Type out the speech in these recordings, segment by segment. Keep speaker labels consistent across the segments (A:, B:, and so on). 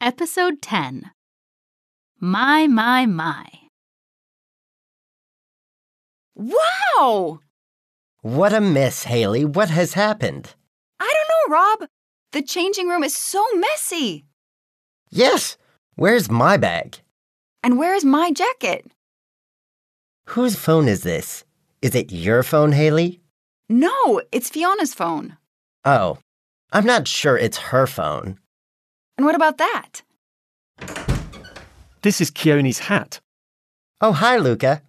A: Episode 10 My, My, My.
B: Wow!
C: What a mess, Haley. What has happened?
B: I don't know, Rob. The changing room is so messy.
C: Yes. Where's my bag?
B: And where is my jacket?
C: Whose phone is this? Is it your phone, Haley?
B: No, it's Fiona's phone.
C: Oh, I'm not sure it's her phone.
B: And what about that?
D: This is Keone's hat.
C: Oh, hi, Luca.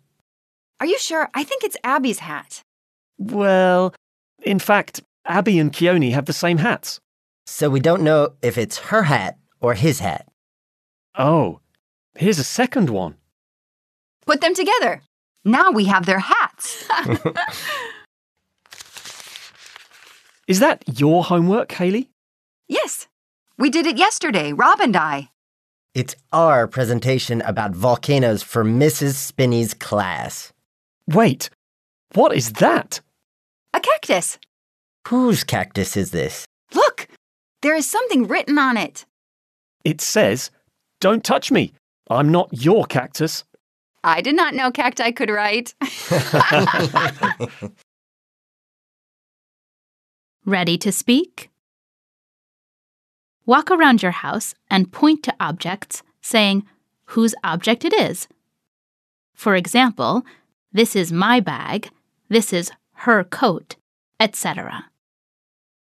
B: Are you sure? I think it's Abby's hat.
D: Well, in fact, Abby and Keone have the same hats.
C: So we don't know if it's her hat or his hat.
D: Oh, here's a second one.
B: Put them together. Now we have their hats.
D: Is that your homework, Haley?
B: yes, we did it yesterday, Rob and I.
C: It's our presentation about volcanoes for Mrs. Spinney's class.
D: Wait, what is that?
B: A cactus.
C: Whose cactus is this?
B: Look, there is something written on it.
D: It says, Don't touch me. I'm not your cactus.
B: I did not know cacti could write.
A: Ready to speak? Walk around your house and point to objects, saying whose object it is. For example, this is my bag, this is her coat, etc.